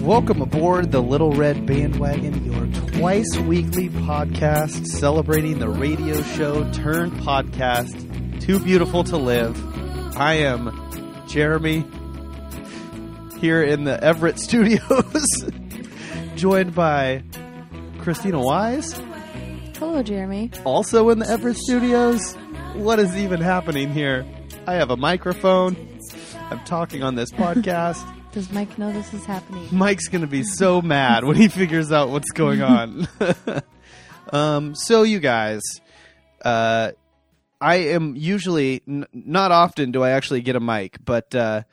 Welcome aboard the Little Red Bandwagon, your twice weekly podcast celebrating the radio show turned podcast, Too Beautiful to Live. I am Jeremy here in the Everett studios, joined by Christina Wise, Hello, Jeremy. also in the Everett studios. What is even happening here? I have a microphone, I'm talking on this podcast. Does Mike know this is happening? Mike's gonna be so mad when he figures out what's going on. um, so you guys, uh, I am usually n- not often do I actually get a mic, but uh,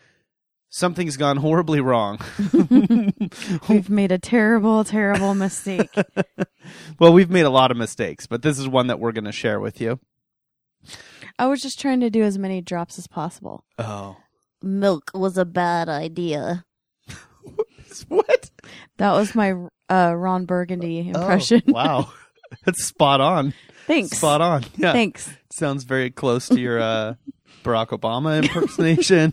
something's gone horribly wrong. We've made a terrible, terrible mistake. well, we've made a lot of mistakes, but this is one that we're gonna share with you. I was just trying to do as many drops as possible. Oh, Milk was a bad idea. what That was my uh, Ron Burgundy Oh, impression. wow, that's spot on. Thanks. Spot on. Yeah, Thanks. sounds very close to your uh, Barack Obama impersonation.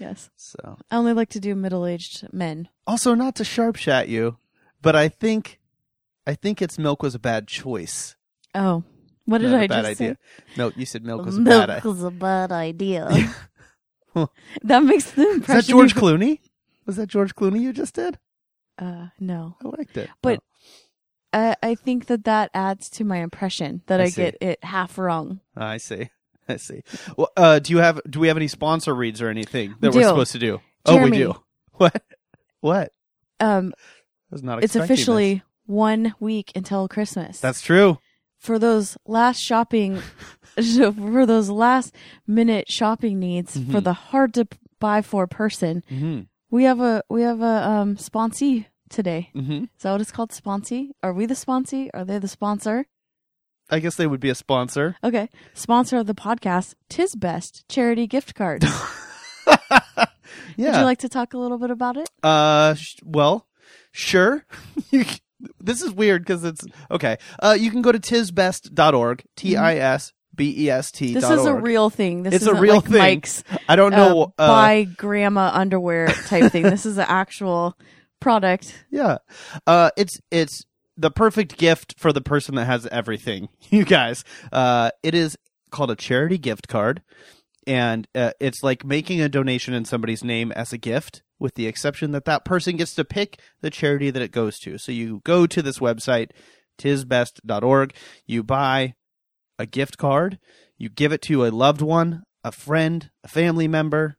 Yes. so. I only like to do middle-aged men. also not to sharp shat you, but I think I think its milk was a bad choice. Oh, what did not I a bad just idea. say? Milk. You said milk was a Milk bad idea. was a bad idea. Huh. that makes the Is that impression. George Clooney? Was that George Clooney you just did? Uh, no. I liked it. But Oh, I, I think that that adds to my impression that I I, see. get it half wrong. Oh, I see. I see. Well, uh, do you have do we have any sponsor reads or anything that We we're do. supposed to do? Oh, we Jeremy. do. What? What? I Um, was not. it's expecting this. officially one week until Christmas. That's true. for those last shopping, for those last minute shopping needs Mm-hmm. for the hard to buy for person. Mhm. We have a we have a um sponsee today. Mhm. Is that what it's called? Sponsee? Are we the sponsee? Are they the sponsor? I guess they would be a sponsor. Okay, sponsor of the podcast. Tis best charity gift card. Would Yeah. you like to talk a little bit about it? Uh, sh- well, sure. You c- this is weird because it's okay. Uh, you can go to tisbest.org, T I S B E S T. This dot is a org. real thing. This It's isn't a real like thing. Mike's I don't know. uh, buy grandma underwear type thing. This is an actual product. yeah. Uh, it's it's the perfect gift for the person that has everything. You guys. Uh, it is called a charity gift card, and uh, it's like making a donation in somebody's name as a gift. With the exception that that person gets to pick the charity that it goes to. So you go to this website, tisbest.org. You buy a gift card, you give it to a loved one, a friend, a family member.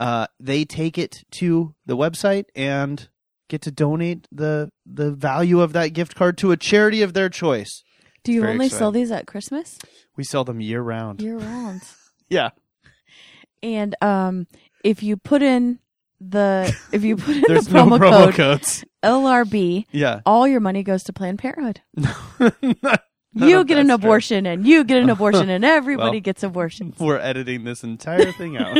Uh, they take it to the website and get to donate the the value of that gift card to a charity of their choice. Do you Very only sell exciting. these at Christmas? We sell them year round. Year round. yeah. and um, if you put in the if you put in There's the promo, no promo code, codes. LRB, Yeah. all your money goes to Planned Parenthood. You get an That's true. abortion, and you get an abortion, and everybody Well. gets abortions. We're editing this entire thing out.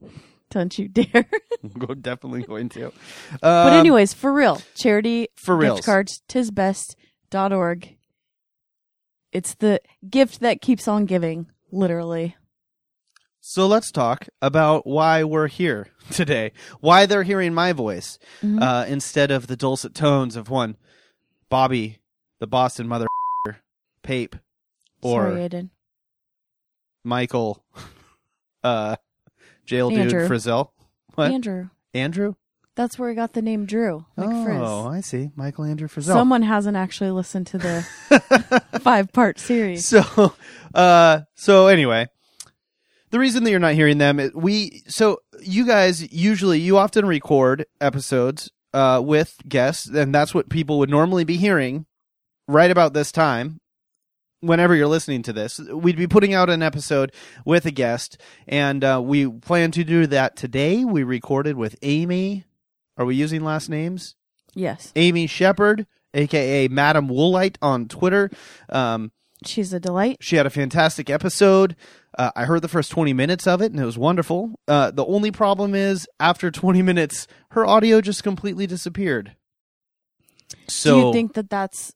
Don't you dare! We're definitely going to. but Um, anyways, for real, charity For reals. gift cards tisbest.org. It's the gift that keeps on giving, literally. So let's talk about why we're here today. Why they're hearing my voice Mm-hmm. uh, instead of the dulcet tones of one Bobby, the Boston mother Pape, or Sorry, Aiden. Michael, uh, jail Andrew. dude Frizzell. What? Andrew. Andrew? That's where he got the name Drew. Like oh, Frizz. I see. Michael Andrew Frizzell. Someone hasn't actually listened to the five part series. So, uh, so anyway, the reason that you're not hearing them, is we, so you guys usually, you often record episodes, uh, with guests, and that's what people would normally be hearing right about this time. Whenever you're listening to this, we'd be putting out an episode with a guest, and uh, we plan to do that today. We recorded with Amy. Are we using last names? Yes. Amy Shepard, aka Madam Woolite on Twitter. Um, She's a delight. she had a fantastic episode. Uh, I heard the first 20 minutes of it and it was wonderful. Uh, the only problem is, after 20 minutes, her audio just completely disappeared. So, Do you think that that's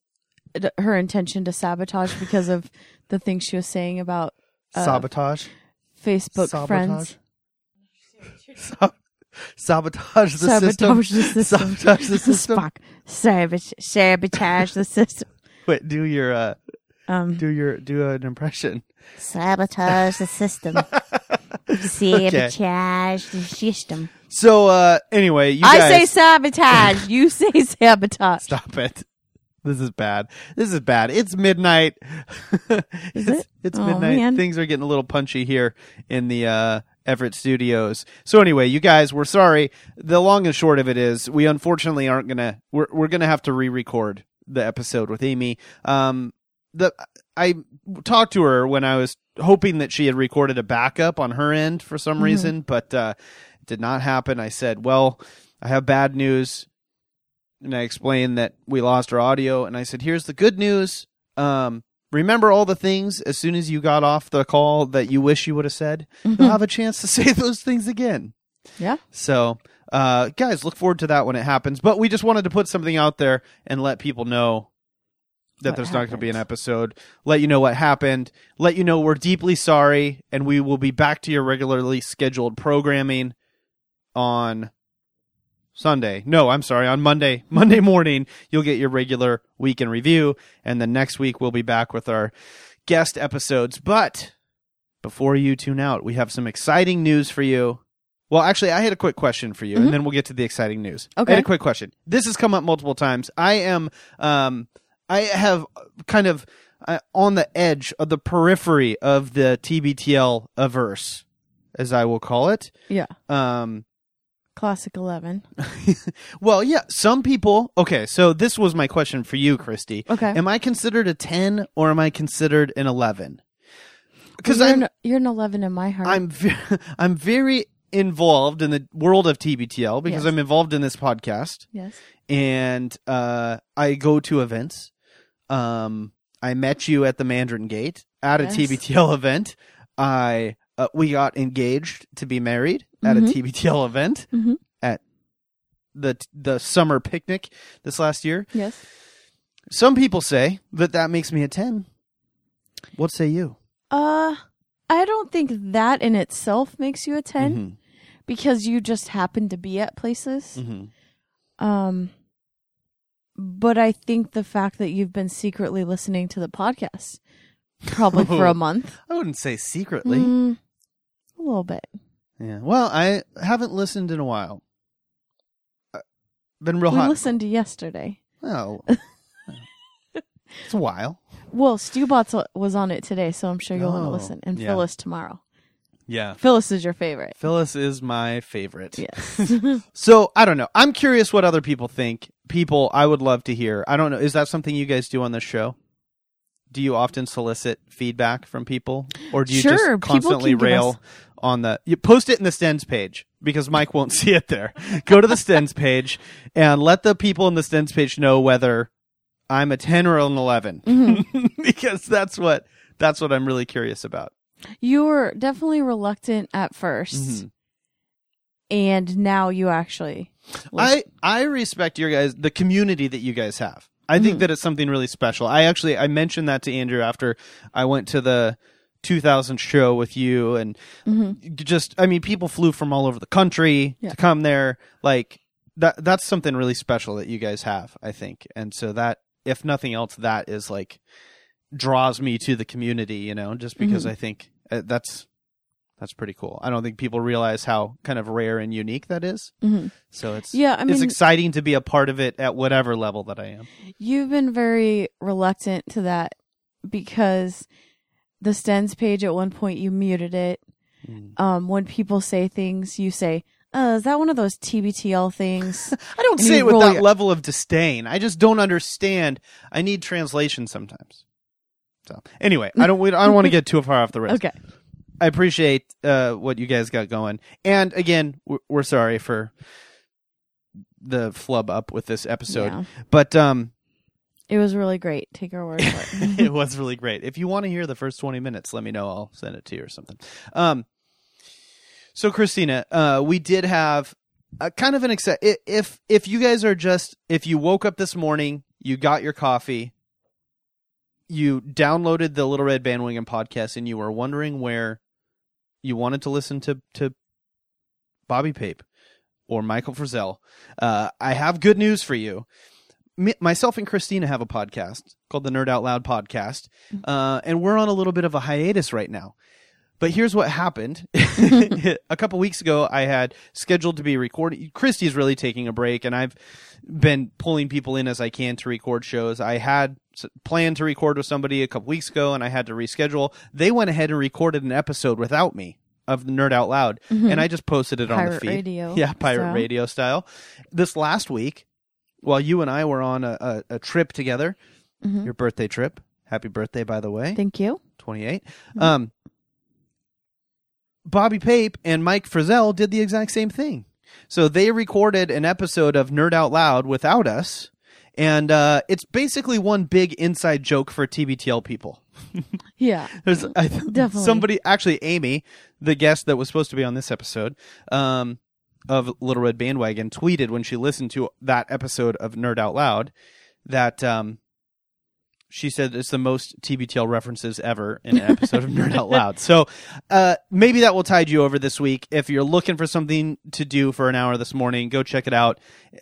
uh, d- her intention to sabotage because of the things she was saying about uh, sabotage? Facebook Sabotage? friends? Sab- sabotage the system. sabotage the system. Sabotage the system. Spock, sabotage, sabotage the system. Wait, do your uh, Um, do your do an impression. sabotage the system. Sabotage the system. So uh, anyway, you I guys say sabotage. you say sabotage. stop it. This is bad. This is bad. It's midnight. it's it? it's Aw, midnight. man. Things are getting a little punchy here in the uh, Everett Studios. So anyway, you guys, we're sorry. The long and short of it is, we unfortunately aren't gonna. We're we're gonna have to re-record the episode with Amy. Um, the I talked to her when I was hoping that she had recorded a backup on her end for some Mhm. reason, but uh, it did not happen. I said, "Well, I have bad news," and I explained that we lost our audio. And I said, "Here's the good news. Um, remember all the things as soon as you got off the call that you wish you would have said. You'll have a chance to say those things again." Mm-hmm. Yeah. So, uh, guys, look forward to that when it happens. But we just wanted to put something out there and let people know that What there's not going to be an happened. episode. Let you know what happened. Let you know we're deeply sorry, and we will be back to your regularly scheduled programming on Sunday. No, I'm sorry, on Monday. Monday morning, you'll get your regular week in review, and then next week we'll be back with our guest episodes. But before you tune out, we have some exciting news for you. Well, actually, I had a quick question for you, Mhm. and then we'll get to the exciting news. I Okay. had a quick question. This has come up multiple times. I am, um, I have kind of uh, on the edge of the periphery of the TBTL averse, as I will call it. Yeah. Um, Classic 11. well, yeah, some people. Okay, so this was my question for you, Christy. Okay. Am I considered a 10 or am I considered an 11? Because you're, I'm, an, you're an 11 in my heart. I'm, ve- I'm very involved in the world of TBTL because Yes. I'm involved in this podcast yes. and uh, I go to events. Um, I met you at the Mandarin Gate at Yes. a TBTL event. I uh, we got engaged to be married at Mhm. a TBTL event Mhm. at the the summer picnic this last year. Yes. Some people say that that makes me a ten. What say you? Uh, I don't think that in itself makes you a 10 Mm-hmm. because you just happen to be at places. Mm-hmm. Um, but I think the fact that you've been secretly listening to the podcast probably for a month, I wouldn't say secretly. Mm, a little bit. Yeah. Well, I haven't listened in a while. Uh, Been real we hot. listened to yesterday. Oh. it's a while. Well, Stewbots was on it today, so I'm sure you'll want to Oh, listen. And yeah. Phyllis tomorrow. Yeah. Phyllis is your favorite. Phyllis is my favorite. Yes. So I don't know. I'm curious what other people think. People I would love to hear. I don't know. Is that something you guys do on this show? Do you often solicit feedback from people? Or do you Sure, just people constantly can give rail us- on the you post it in the Stens page because Mike won't see it there. Go to the Stens page and let the people in the Stens page know whether I'm a ten or an 11 Mm-hmm. because that's what that's what I'm really curious about. you were definitely reluctant at 1st Mhm. and now you actually. I I respect your guys the community that you guys have. I think that it's something really special. I actually I mentioned that to Andrew after I went to the 2000 show with you and Mhm. just I mean people flew from all over the country Yeah. to come there like that that's something really special that you guys have, I think. And so that if nothing else that is like draws me to the community, you know, just because I think uh, that's that's pretty cool. I don't think people realize how kind of rare and unique that is. Mhm. So it's Yeah, I it's mean, exciting to be a part of it at whatever level that I am. you've been very reluctant to that because the Stens page at one point you muted it. Um, when people say things, you say, "Uh, is that one of those TBTL things?" I don't And say you it with roll that your- level of disdain. I just don't understand. I need translation sometimes. So anyway, I don't. we- I don't want to get too far off the rails. okay. I appreciate uh, what you guys got going, and again, we're, we're sorry for the flub up with this episode, Yeah. but um, It was really great. Take our word for it. Mm-hmm. it was really great. If you want to hear the first 20 minutes, let me know. I'll send it to you or something. Um, so Christina, uh, we did have a kind of an exce- i if if you guys are just if you woke up this morning, you got your coffee, you downloaded the Little Red Bandwagon podcast, and you were wondering where you wanted to listen to to Bobby Pape. or Michael Frizzell, uh, I have good news for you. Me, myself and Christina have a podcast called the Nerd Out Loud Podcast, uh, and we're on a little bit of a hiatus right now. But here's what happened. a couple weeks ago, I had scheduled to be recording. Christy's really taking a break, and I've been pulling people in as I can to record shows. I had s- planned to record with somebody a couple weeks ago, and I had to reschedule. They went ahead and recorded an episode without me of the Nerd Out Loud, and I just posted it on the Mm-hmm. Pirate feed. radio. Yeah, pirate style. radio style. This last week, while you and I were on a, a, a trip together, Mhm. your birthday trip. Happy birthday, by the way. Thank Mm-hmm. you. 28. Um, Bobby Pape and Mike Frizzell did the exact same thing. So they recorded an episode of Nerd Out Loud without us. And uh, it's basically one big inside joke for TBTL people. Yeah. There's I, Definitely. somebody actually Amy, the guest that was supposed to be on this episode, um, of Little Red Bandwagon, tweeted when she listened to that episode of Nerd Out Loud that um, she said it's the most TBTL references ever in an episode of Nerd Out Loud. So uh, maybe that will tide you over this week. If you're looking for something to do for an hour this morning, go check it out.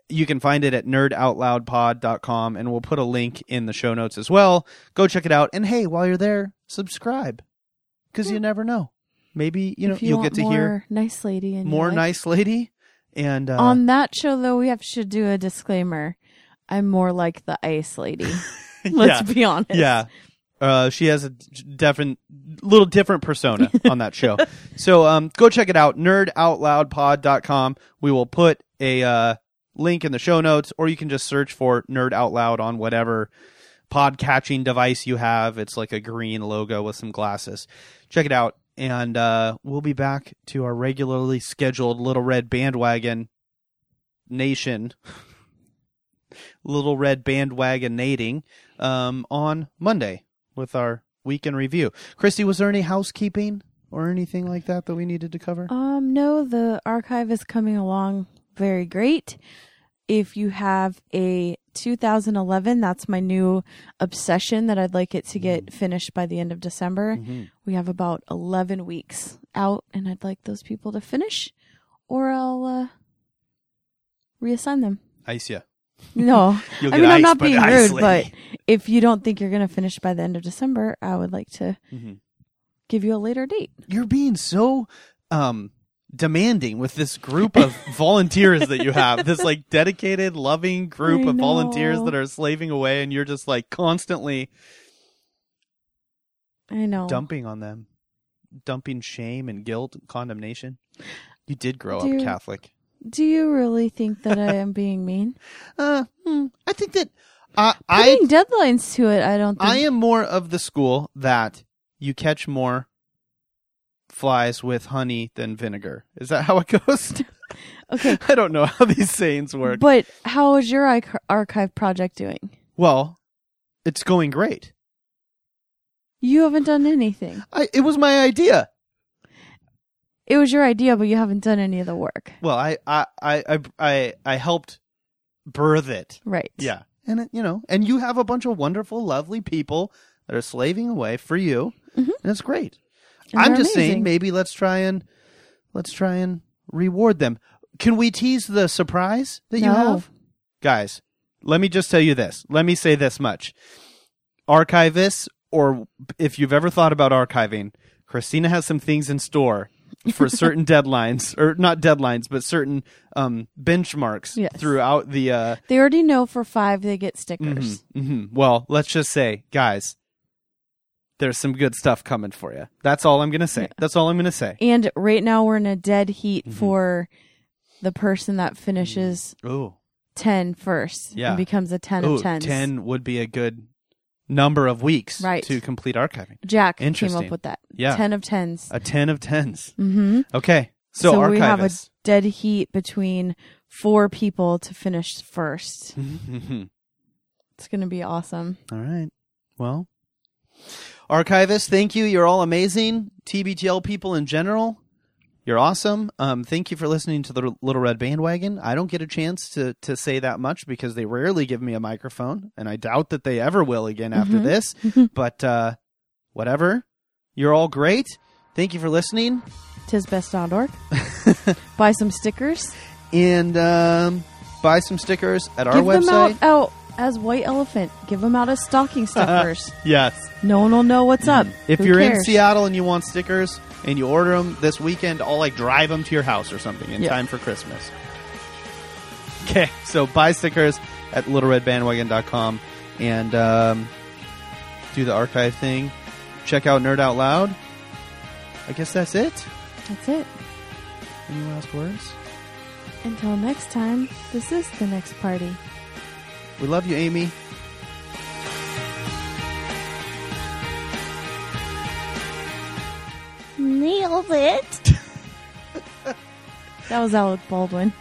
You can find it at nerdoutloudpod.com, and we'll put a link in the show notes as well. Go check it out. And hey, while you're there, subscribe because you never know. Maybe you know if you will want get to more hear nice lady and more nice lady. And uh, On that show, though, we have should do a disclaimer. I'm more like the ice lady. Let's be honest. Yeah. Uh, she has a d- different, little different persona on that show. So um, go check it out, nerdoutloudpod.com. We will put a uh, link in the show notes, or you can just search for Nerd Out Loud on whatever podcatching device you have. It's like a green logo with some glasses. Check it out. And uh, we'll be back to our regularly scheduled Little Red Bandwagon Nation, Little Red Bandwagon Nating um, on Monday with our weekend review. Christy, was there any housekeeping or anything like that that we needed to cover? Um, no, the archive is coming along very great. If you have a 2011, that's my new obsession that I'd like it to Mm. get finished by the end of December. Mhm. We have about 11 weeks out, and I'd like those people to finish, or I'll uh, reassign them. Ice ya. No, You'll I get mean, I'm iced, not but being ice rude, lady. but if you don't think you're going to finish by the end of December, I would like to Mhm. give you a later date. You're being so um, demanding with this group of volunteers that you have. This like dedicated, loving group I of volunteers know. that are slaving away, and you're just like constantly I know. dumping on them, dumping shame and guilt and condemnation. You did grow Dude. up Catholic. Do you really think that I am being mean? Uh, hmm, I think that uh, I Putting deadlines to it, I don't think. I am more of the school that you catch more flies with honey than vinegar. Is that how it goes? Okay. I don't know how these sayings work. But how is your arch- archive project doing? well, it's going great. You haven't done anything. I, it was my idea. It was your idea, but you haven't done any of the work. Well, I I I I I, I helped birth it. Right. Yeah. And it, you know, and you have a bunch of wonderful, lovely people that are slaving away for you, Mhm. and it's great. And I'm they're just saying, amazing. maybe let's try and let's try and reward them. Can we tease the surprise that you No. have, guys? Let me just tell you this. Let me say this much: archivists, or if you've ever thought about archiving, Christina has some things in store for certain deadlines, or not deadlines, but certain um, benchmarks Yes. throughout the. Uh, They already know for five they get stickers. hmm Well, let's just say, guys, there's some good stuff coming for you. That's all I'm gonna say. That's all I'm gonna say. And right now we're in a dead heat Mm-hmm. for the person that finishes Ooh, 10 first Mm. Yeah. and becomes a 10 Ooh, of 10s. ten would be a good number of weeks Right. to complete archiving. Jack came Interesting. up with that. Yeah. 10 of 10s. A ten of tens. hmm Okay, so, we have a archivists. dead heat between four people to finish first. Mm-hmm, It's going to be awesome. all right. Well, archivists, thank you. You're all amazing. TBTL people in general. You're awesome. Um, thank you for listening to the Little Red Bandwagon. I don't get a chance to to say that much because they rarely give me a microphone, and I doubt that they ever will again after Mhm. this. but uh, whatever. You're all great. Thank you for listening. Tisbest.org. Buy some stickers. and um, buy some stickers at our Give them website. out, out as white elephant. Give them out as stocking stuffers. Yes. no one will know what's up. Mm. If Who you're in cares? Seattle and you want stickers and you order them this weekend, I'll like drive them to your house or something in Yeah. time for Christmas. Okay, so buy stickers at littleredbandwagon.com and um, do the archive thing. Check out Nerd Out Loud. I guess that's it. that's it. Any last words? Until next time, this is the next party. We love you, Amy. Nailed it. that was Alec Baldwin.